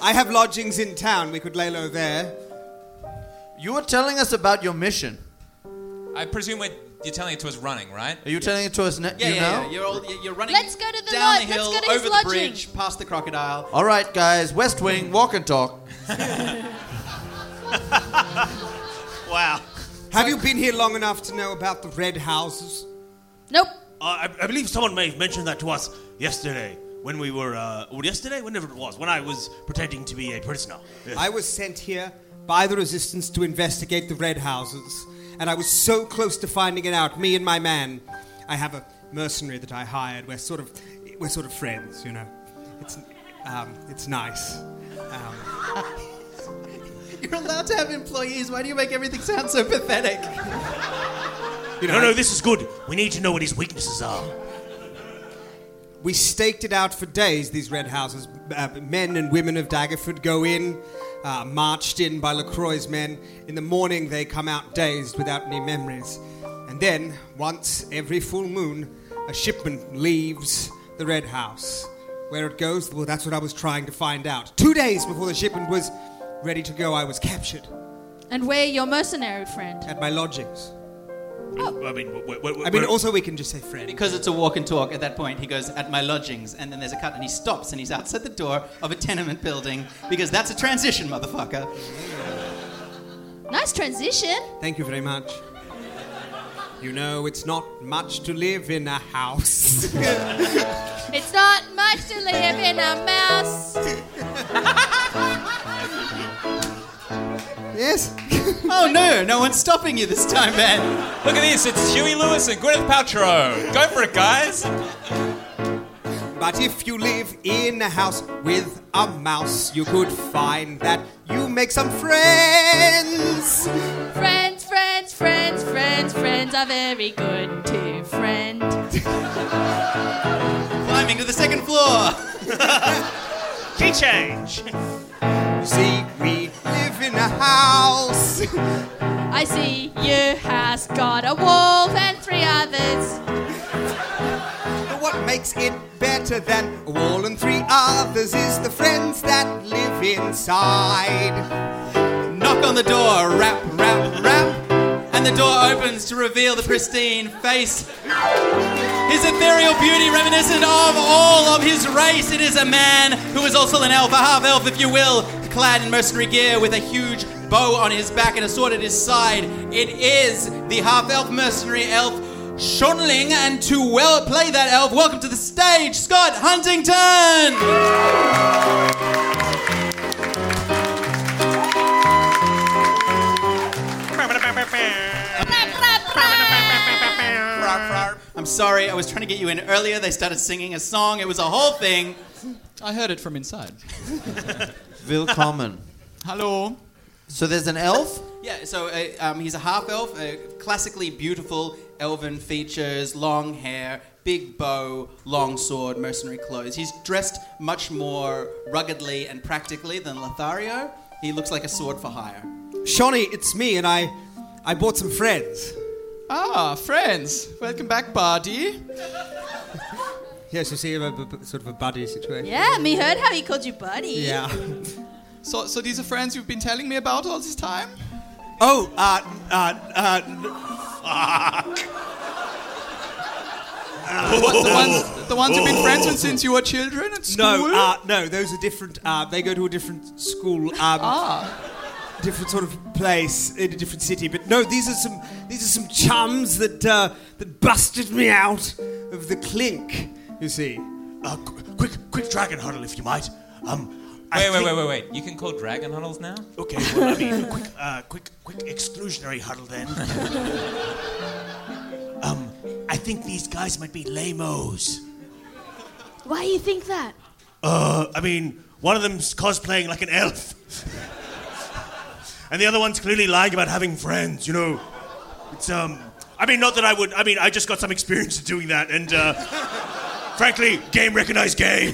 G: I have lodgings in town. We could lay low there.
H: You were telling us about your mission.
B: I presume we're, you're telling it to us running, right?
H: Are you telling it to us now?
C: Yeah,
H: you
C: yeah,
H: know?
C: yeah. You're, all, you're running
E: Let's go to the
C: down
E: lodge.
C: the hill,
E: Let's go to his
C: over
E: lodging.
C: the bridge, past the crocodile.
H: All right, guys. West Wing, walk and talk.
A: Wow.
G: Have you been here long enough to know about the red houses?
E: Nope.
A: Uh, I, I believe someone may have mentioned that to us yesterday when we were, uh, well, yesterday, whenever it was, when I was pretending to be a prisoner. Yeah.
G: I was sent here by the resistance to investigate the red houses, and I was so close to finding it out. Me and my man. I have a mercenary that I hired. We're sort of, we're sort of friends, you know. It's, um, it's nice.
C: You're allowed to have employees. Why do you make everything sound so pathetic?
G: You know,
A: no, no,
G: I-
A: this is good. We need to know what his weaknesses are.
G: We staked it out for days, these red houses. Uh, men and women of Daggerford go in, uh, marched in by LaCroix's men. In the morning, they come out dazed without any memories. And then, once every full moon, a shipment leaves the red house. Where it goes, well, that's what I was trying to find out. Two days before the shipment was ready to go, I was captured
E: And we're your mercenary friend.
G: at my lodgings.
B: Oh.
A: I mean, we
G: I mean, also, we can just say Fred.
C: Because it's a walk and talk, at that point he goes, at my lodgings, and then there's a cut and he stops and he's outside the door of a tenement building because that's a transition, motherfucker.
E: Nice transition.
G: Thank you very much. You know, it's not much to live in a house.
E: It's not much to live in a mouse.
G: Yes.
C: oh no, no one's stopping you this time, man.
B: Look at this. It's Huey Lewis and Gwyneth Paltrow. Go for it, guys.
G: But if you live in a house with a mouse, you could find that you make some friends.
E: Friends, friends, friends, friends, friends are very good to friend.
C: Climbing to the second floor.
A: Key change!
G: You see, we live in a house.
E: I see you has got a wolf and three others.
G: But what makes it better than a wall and three others is the friends that live inside.
C: Knock on the door, rap, rap, rap, and the door opens to reveal the pristine face. His ethereal beauty reminiscent of all of his race. It is a man who is also an elf, a half elf, if you will, clad in mercenary gear with a huge bow on his back and a sword at his side. It is the half elf mercenary elf. Shonling and to well play that elf. Welcome to the stage, Scott Huntington. I'm sorry, I was trying to get you in earlier. They started singing a song. It was a whole thing. I heard it from inside.
H: Willkommen.
C: Hello.
H: so there's an elf?
C: Yeah, so uh, um, he's a half elf, uh, classically beautiful elven features, long hair, big bow, long sword, mercenary clothes. He's dressed much more ruggedly and practically than Lothario. He looks like a sword for hire.
G: Shawnee, it's me, and I, I bought some friends.
J: Ah, friends. Welcome back, Bardi.
G: Yes, you see, a, b- b- sort of a buddy situation.
E: Yeah, me heard how he called you buddy.
G: Yeah.
J: So, so these are friends you've been telling me about all this time?
C: Oh, uh, uh, uh, fuck.
J: The one- the ones, the ones you've
A: Oh.
J: been friends with since you were children at school?
G: No, uh, no, those are different. Uh, they go to a different school, um,
J: ah,
G: different sort of place in a different city. But no, these are some these are some chums that uh, that busted me out of the clink. You see,
K: Uh, qu- quick, quick dragon huddle, if you might. Um, I
B: Wait, wait,
K: think-
B: wait, wait, wait. You can call dragon huddles now?
K: Okay, well, I mean, quick, uh, quick, quick exclusionary huddle then. um, I think these guys might be lamos.
E: Why you think that?
K: Uh, I mean, one of them's cosplaying like an elf, and the other one's clearly lying about having friends. You know, it's um. I mean, not that I would. I mean, I just got some experience of doing that, and uh, frankly, game recognized game.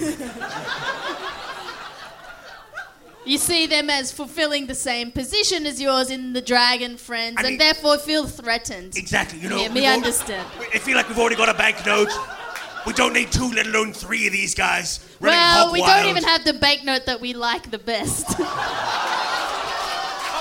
E: You see them as fulfilling the same position as yours in the dragon friends,
K: I mean-
E: and therefore feel threatened.
K: Exactly. You know.
E: Yeah, me
K: we've al-
E: understand.
K: I feel like we've already got a banknote. We don't need two, let alone three of these guys. Running
E: Well,
K: hog
E: we
K: wild.
E: don't even have the banknote that we like the best.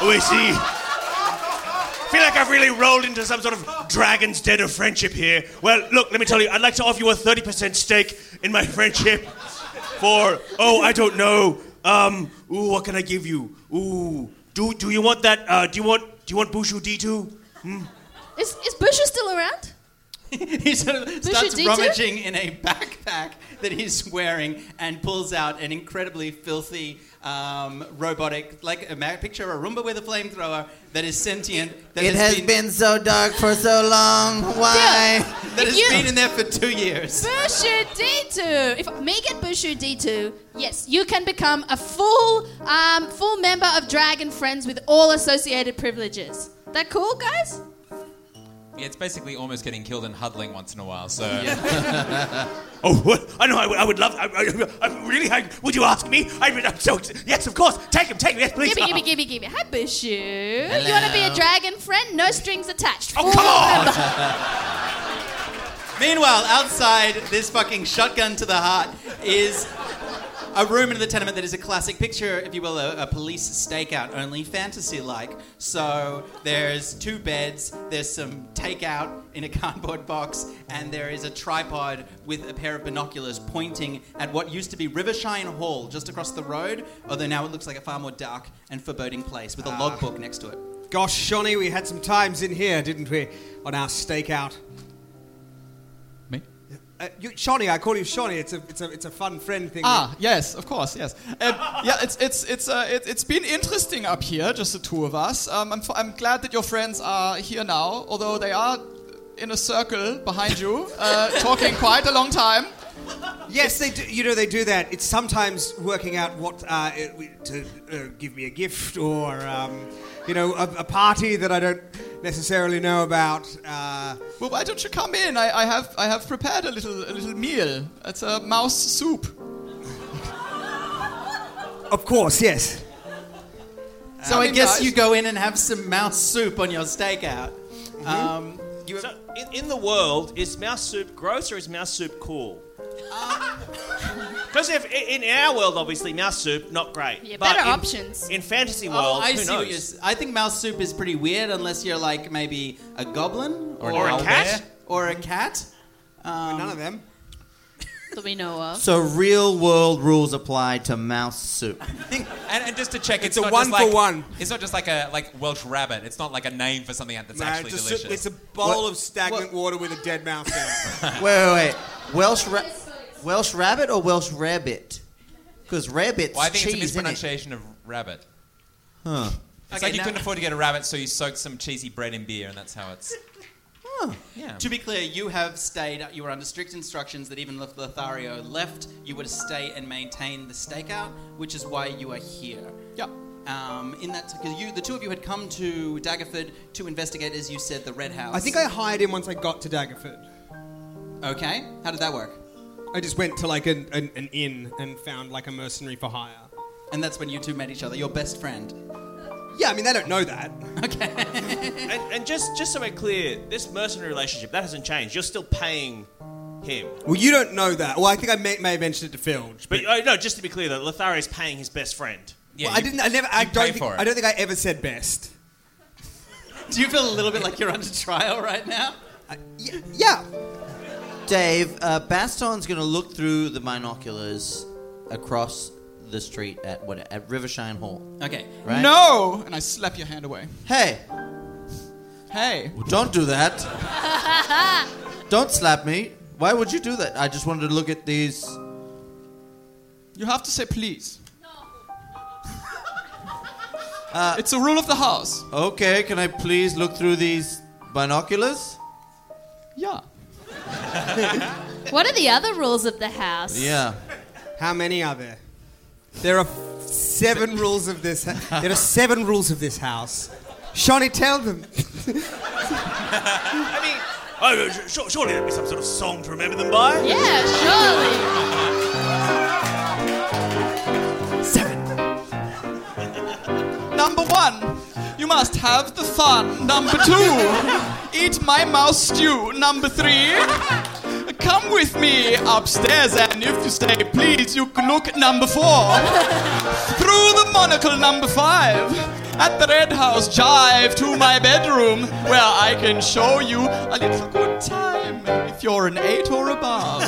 K: Oh, I see. feel like I've really rolled into some sort of dragon's den of friendship here. Well, look, let me tell you, I'd like to offer you a 30% stake in my friendship for, oh, I don't know. Um, ooh, what can I give you? Ooh, do, do you want that, uh, do you want, do you want Bushu D2?
E: is is Busher still around?
C: he sort of starts
E: D2?
C: rummaging in a backpack that he's wearing and pulls out an incredibly filthy um, robotic, like a ma- picture of a Roomba with a flamethrower that is sentient. That
H: It has been so dark for so long. Why?
C: that
E: If
C: has
E: you-
C: been in there for two years.
E: Bushu D2. If me get Bushu D2, yes, you can become a full um, full member of Dragon Friends with all associated privileges. That cool, guys?
B: Yeah, it's basically almost getting killed and huddling once in a while, so.
K: Oh, what? I know, I would- I would love, I, I, I'm really, I, would you ask me? I, am so, ex- yes, of course, take him, take him, yes, please.
E: Gimme, gimme, gimme, gimme. Hi, Bushu. You want to be a dragon friend? No strings attached.
K: Oh,
E: Full
K: come on!
E: member.
C: Meanwhile, outside this fucking shotgun to the heart is a room in the tenement that is a classic picture, if you will, a, a police stakeout, only fantasy like. So there's two beds, there's some takeout in a cardboard box, and there is a tripod with a pair of binoculars pointing at what used to be Rivershine Hall just across the road, although now it looks like a far more dark and foreboding place with a logbook next to it.
G: gosh, Shawnee, we had some times in here, didn't we, on our stakeout?
J: me?
G: Uh, you, Shawnee, I call you Shawnee. It's a it's a it's a fun friend thing.
J: Ah, yes, of course, yes. Um, yeah, it's it's it's uh, it, it's been interesting up here, just the two of us. Um, I'm f- I'm glad that your friends are here now, although they are in a circle behind you, uh, talking quite a long time.
G: Yes, they do. You know, they do that. It's sometimes working out what uh, it- we- to uh, give me a gift or, um, you know, a, a party that I don't necessarily know about. Uh,
J: Well, why don't you come in? I, I have I have prepared a little a little meal. It's a mouse soup.
G: of course, yes.
C: So
J: I
C: I,
J: mean,
C: guess
J: guys-
C: you go in and have some mouse soup on your stakeout. Um, you
K: So, in, in the world, is mouse soup gross or is mouse soup cool?
E: Um.
K: Because if i- in our world, obviously, mouse soup not great.
E: Yeah,
K: But
E: better
K: in-
E: options.
K: In fantasy world,
C: Oh, I
K: who
C: see
K: knows?
C: what you're. s- I think mouse soup is pretty weird unless you're like maybe a goblin or,
K: Or a cat?
C: or a cat.
G: None of them.
E: That we know of.
H: So real world rules apply to mouse soup.
B: And, and just to check, it's,
G: a
B: not
G: one
B: just like,
G: for one.
B: It's not just like a like Welsh rabbit. It's not like a name for something that's actually delicious.
G: bowl of stagnant water with a dead mouse in
H: Wait, wait, wait. Welsh ra- Welsh rabbit or Welsh rabbit? Because rabbit's
B: well, I think
H: cheese,
B: it's a
H: isn't it?
B: mispronunciation of rabbit.
H: Huh.
B: It's
C: Okay,
B: like you
C: now-
B: couldn't afford to get a rabbit, so you soaked some cheesy bread in beer, and that's how it's. Yeah.
C: To be clear, you have stayed. You were under strict instructions that even if Lothario left, you were to stay and maintain the stakeout, which is why you are here.
J: Yeah.
C: Um, in that, because you, the two of you had come to Daggerford to investigate, as you said, the Red House.
G: I think I hired him once I got to Daggerford.
C: Okay, how did that work?
G: I just went to like an, an, an inn and found like a mercenary for hire.
C: And that's when you two met each other, your best friend.
G: Yeah, I mean, they don't know that.
C: Okay.
A: and, and just just so we're clear, this mercenary relationship that hasn't changed. You're still paying him,
G: Well, you don't know that. Well, I think I may, may have mentioned it to Filge.
A: but oh, no. Just to be clear, though, Lothario is paying his best friend.
G: well, I didn't. I never. I don't.
A: pay
G: Think,
A: for it.
G: I don't think I ever said best.
C: Do you feel a little bit like you're under trial right now?
F: Yeah.
H: Dave, uh, Baston's going to look through the binoculars across the street at what at Rivershine Hall.
C: Okay.
H: Right?
J: No! And I slap your hand away.
H: Hey,
J: Hey.
H: don't do that. Don't slap me. Why would you do that? I just wanted to look at these.
J: You have to say please. No. Uh, it's a rule of the house.
H: Okay, can I please look through these binoculars?
J: Yeah.
E: What are the other rules of the house?
H: Yeah.
G: How many are there? There are seven rules of this. Ha- there are seven rules of this house. Shawnee, tell them.
A: I mean, oh, sh- sh- surely there'd be some sort of song to remember them by.
E: Yeah, surely.
J: Number one, you must have the fun. Number two, eat my mouse stew. Number three, come with me upstairs, and if you say please, you can look at number four. Through the monocle, number five. At the Red House, jive to my bedroom, where I can show you a little good time if you're an eight or above.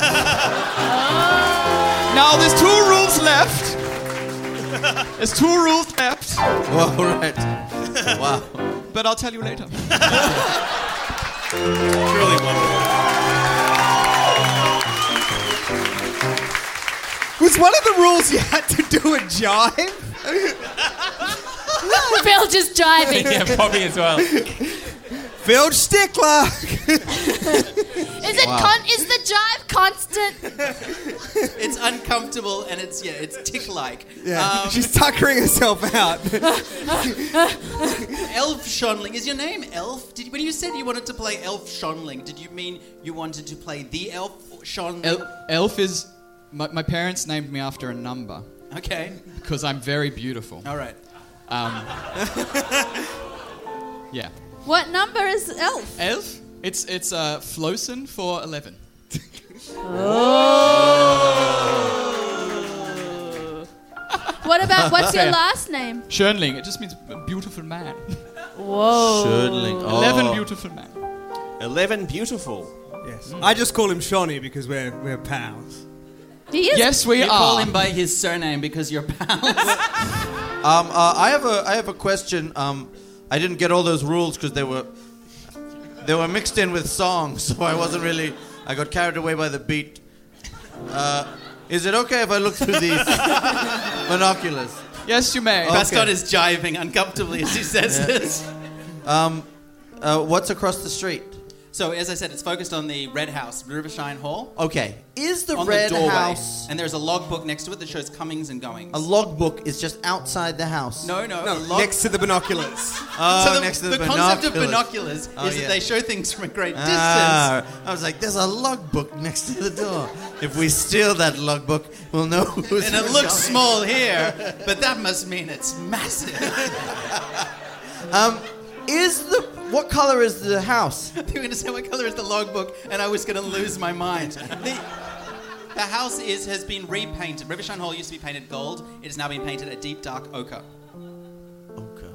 J: now, there's two rules left. There's two rules left.
H: All right. Wow.
J: But I'll tell you later.
A: Truly wonderful.
G: Was one of the rules you had to do a jive?
E: Phil just jiving.
B: yeah, Bobby as well.
G: Filge Stickler.
E: Is it con- is the jive constant?
C: It's uncomfortable and it's yeah, it's tick-like. Um,
G: Yeah, she's tuckering herself out.
C: Elf Schonling is your name. Elf. Did, when you said you wanted to play Elf Schonling, did you mean you wanted to play the Elf Schonling?
J: El- Elf is. My, my parents named me after a number
C: Okay.
J: because I'm very beautiful.
C: All right.
J: Yeah.
E: What number is elf?
J: Elf? It's it's uh, Flosin for 11.
E: What about what's your last name?
J: Schönling, it just means beautiful man.
H: Schödling. Oh.
J: 11 beautiful man.
A: Eleven beautiful.
G: yes. I just call him Shawnee because we're we're pals.
E: He is
J: Yes, we
C: You
J: are.
C: call him by his surname because you're pals.
H: Um, uh, I have a I have a question. Um, I didn't get all those rules because they were they were mixed in with songs, so I wasn't really. I got carried away by the beat. Uh, is it okay if I look through these binoculars?
J: yes, you may.
C: Baston is jiving uncomfortably as he says this.
H: Um, uh, what's across the street?
C: So as I said, it's focused on the Red House, Rivershine Hall.
H: Okay, is the
C: on
H: red
C: the doorway,
H: house
C: and there's a logbook next to it that shows comings and goings.
H: a logbook? Is just outside the house.
C: no, no,
G: No,
C: a log-
G: next to the binoculars.
H: oh,
C: so the,
H: next to the,
C: the concept of
H: binoculars.
C: binoculars
H: Oh,
C: is
H: yeah.
C: that they show things from a great distance.
H: Ah, I was like, there's a logbook next to the door. If we steal that logbook, we'll know who's
C: and it looks
H: coming."
C: small here, but that must mean it's massive.
H: Um, is the what color is the house?
C: You're going to say what color is the logbook, and I was going to lose my mind. The, the house is has been repainted. Rivershine Hall used to be painted gold. It has now been painted a deep dark ochre.
H: Okay.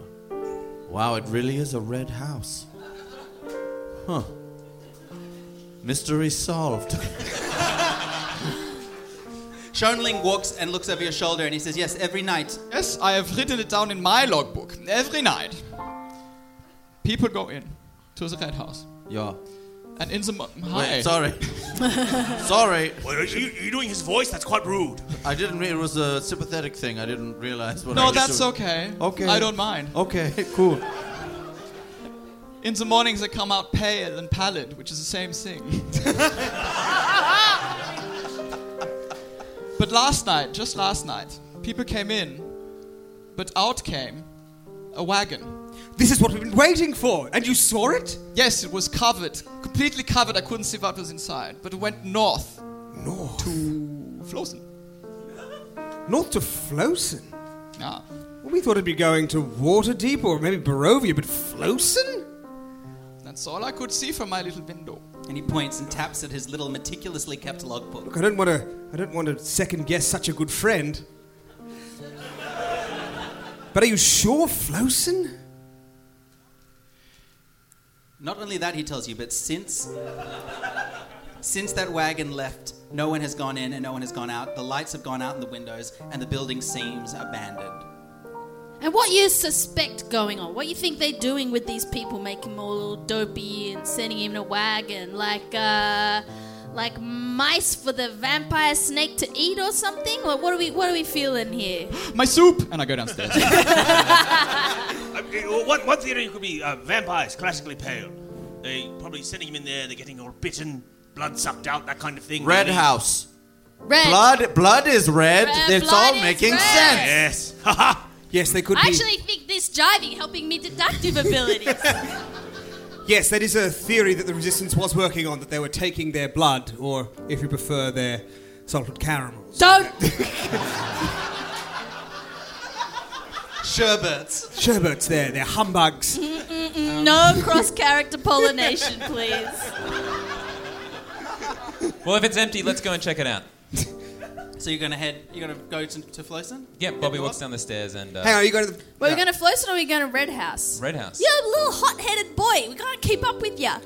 H: Wow, it really is a red house. Huh. Mystery solved.
C: Schoenling walks and looks over your shoulder, and he says, "Yes, every night."
J: Yes, I have written it down in my logbook. Every night, people go in to the Red House.
H: Yeah.
J: And in the. Mo-
H: Wait,
J: Hi.
H: sorry. sorry.
A: Well, are you, are you doing his voice? That's quite rude.
H: I didn't re- it was a sympathetic thing. I didn't realize what I
J: No,
H: was
J: that's
H: doing.
J: okay.
H: Okay.
J: I don't mind.
H: Okay, cool.
J: In the mornings, I come out pale and pallid, which is the same thing. but last night, just last night, people came in, but out came a wagon.
G: This is what we've been waiting for, and you saw it.
J: Yes, it was covered, completely covered. I couldn't see what was inside, but it went north
G: North,
J: to Flossen.
G: north to Flossen.
J: Yeah.
G: Well, we thought it'd be going to Waterdeep or maybe Barovia, but Flossen?
J: That's all I could see from my little window.
C: And he points and taps at his little meticulously kept logbook.
G: Look, I don't want to. I don't want to second guess such a good friend. But are you sure, Flosin?
C: Not only that, he tells you, but since since that wagon left, no one has gone in and no one has gone out. The lights have gone out in the windows, and the building seems abandoned.
E: And what you suspect going on? What you think they're doing with these people, making them all dopey and sending him in a wagon, like uh, like mice for the vampire snake to eat or something? Like, what are we what are we feeling here?
J: My soup! And I go downstairs.
A: Uh, well, one, one theory could be uh, vampires, classically pale. They probably sending him in there. They're getting all bitten, blood sucked out, that kind of thing.
H: Red
A: They-
H: House.
E: Red.
H: Blood, blood is red.
E: Red
H: it's
E: blood
H: all
E: is
H: making
E: red.
H: sense.
A: Yes. Haha.
G: Yes, they could
E: I
G: be.
E: actually think this jiving helping me deductive abilities.
G: Yes, that is a theory that the resistance was working on. That they were taking their blood, or if you prefer, their salted caramels.
E: Don't
C: Sherbets.
G: Sherbets, their their humbugs.
E: Mm-hmm. no cross character pollination, please.
B: Well, if it's empty, let's go and check it out.
C: So you're gonna head. You're gonna go to, to Flosin.
B: Yeah, Bobby walks down the stairs and uh,
G: Hang on, you go to the.
E: Well, we're gonna float or are we gonna red house?
B: Red House.
E: You're a little hot-headed boy. We can't keep up with ya.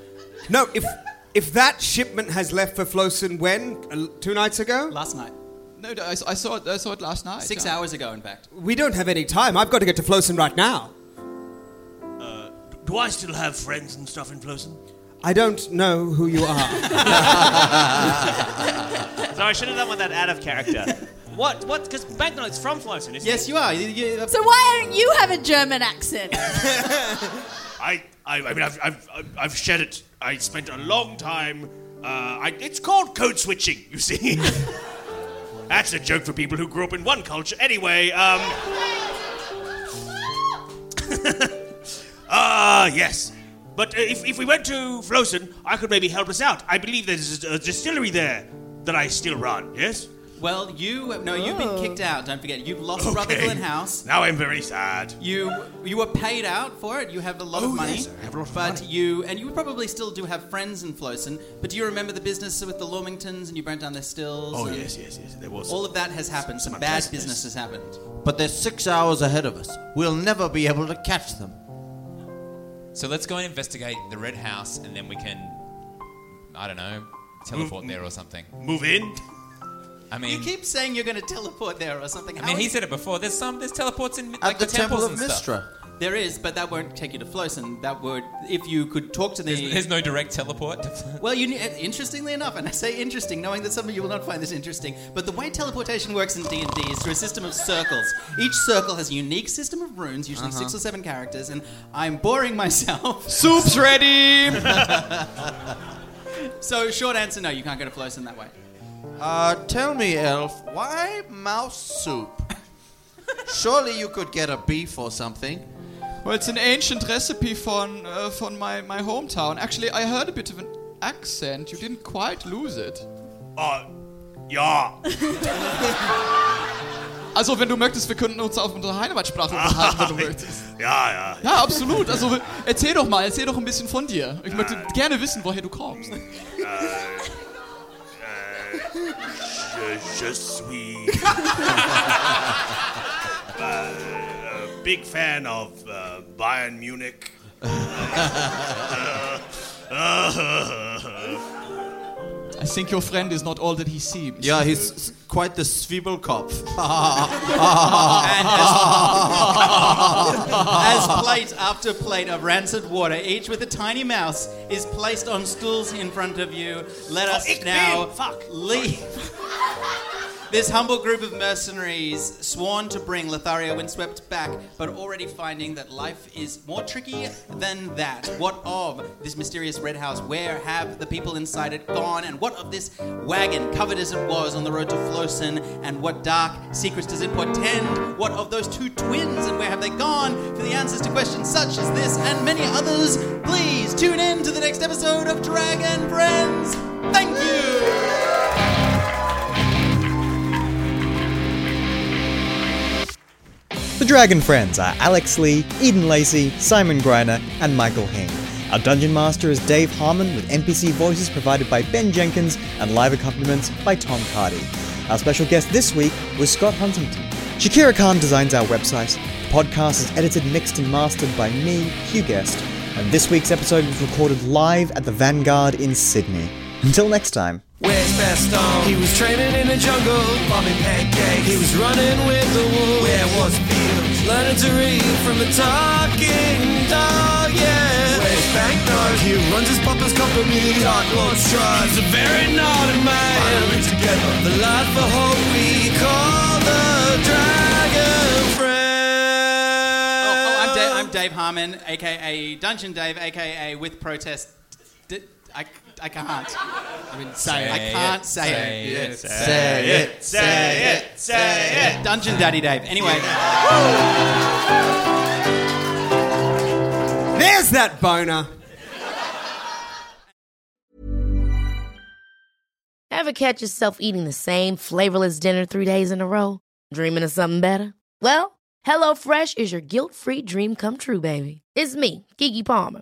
G: No, if if that shipment has left for Flosin when Uh, two nights ago,
C: Last night,
J: no, I, I saw it. I saw it last night.
C: six
J: yeah.
C: hours ago, in fact.
G: we don't have any time. I've got to get to Flosin right now.
A: Do I still have friends and stuff in Flossen?
G: I don't know who you are.
A: So I should have done with that out of character. what? What? Because Banknote's from Flossen, isn't
C: Yes, you are. You- you-
E: So why don't you have a German accent?
A: it? I, I, I mean, I've, I've, I've- I've shed it. I spent a long time. Uh, I, it's called code switching, you see. That's a joke for people who grew up in one culture. Anyway, um. Ah, yes. But uh, if, if we went to Flossen, I could maybe help us out. I believe there's a distillery there that I still run, yes?
C: well, you. No, you've been kicked out. Don't forget, you've lost Rutherglen House.
A: Now I'm very sad.
C: You you were paid out for it. You have a lot of money.
A: yes, I have a lot of
C: but
A: money.
C: you and you probably still do have friends in Flossen. But do you remember the business with the Lormingtons and you burnt down their stills?
A: Oh,
C: and
A: yes, yes, yes. There was.
C: All of that has happened. Some
A: Some
C: bad
A: unpleasantness.
C: business has happened.
H: But they're six hours ahead of us. We'll never be able to catch them.
B: So let's go and investigate the Red House, and then we can, I don't know, teleport there or something.
A: Move in?
B: I
C: You
B: mean,
C: keep saying you're going to teleport there or something.
B: I mean, he said it before. There's some there's teleports in like
H: At the, Temple
B: temples
H: of
B: and stuff.
H: Mistra.
C: there is, but that won't take you to Flossen. That would if you could talk to the.
B: There's, there's no direct teleport. To,
C: Well, you ne- interestingly enough, and I say interesting, knowing that some of you will not find this interesting, but the way teleportation works in D and D is through a system of circles. Each circle has a unique system of runes, usually six or seven characters, and I'm boring myself.
J: Soup's ready.
C: So, short answer: No, you can't go to Flossen that way.
H: Uh, tell me, Elf, why mouse soup? Surely you could get a beef or something.
J: Well, it's an ancient recipe from uh, from my, my hometown. Actually, I heard a bit of an accent. You didn't quite lose it.
A: Uh, yeah.
J: Also, wenn du möchtest, wir könnten uns auf unsere Heimatsprache unterhalten, wenn du möchtest.
A: Ja, ja.
J: Ja, absolut. Also, erzähl doch mal, erzähl doch ein bisschen von dir. Ich möchte gerne wissen, woher du kommst.
A: Je, je suis. uh, a big fan of uh, Bayern Munich. Uh,
J: I think your friend is not all that he seems.
H: Yeah, he's s- quite the Zwiebelkopf.
C: And as, as plate after plate of rancid water, each with a tiny mouse, is placed on stools in front of you. Let us
A: ich bin-
C: now
A: fuck.
C: leave. This humble group of mercenaries sworn to bring Lothario Windswept back, but already finding that life is more tricky than that. What of this mysterious red house? Where have the people inside it gone? And what of this wagon, covered as it was, on the road to Flossen? And what dark secrets does it portend? What of those two twins? And where have they gone? For the answers to questions such as this and many others, please tune in to the next episode of Dragon Friends. Thank you!
L: The Dragon Friends are Alex Lee, Eden Lacey, Simon Greiner, and Michael Hing, Our dungeon master is Dave Harmon, with NPC voices provided by Ben Jenkins and live accompaniments by Tom Cardy. Our special guest this week was Scott Huntington. Shakira Khan designs our website. The podcast is edited, mixed, and mastered by me, Hugh Guest. And this week's episode was recorded live at the Vanguard in Sydney. Until next time.
D: Where's Baston? He was training in the jungle, bombing pancakes. He was running with the wolves. Where was Felix? Learning to read from the talking dog, yeah. Where's Banknote? He runs his papa's company. Dark Lord's trust. He's a very naughty man. Finally together. The light for hope we call the dragon friend.
C: Oh, I'm, da- I'm Dave Harmon, aka Dungeon Dave, aka with protest. D- I, I can't. I mean, say, it. I can't say, it.
H: it, say it, say
C: it, say it. Dungeon Daddy Dave. Anyway.
G: There's that boner.
I: Ever catch yourself eating the same flavorless dinner three days in a row? Dreaming of something better? Well, HelloFresh is your guilt free dream come true, baby. It's me, Kiki Palmer.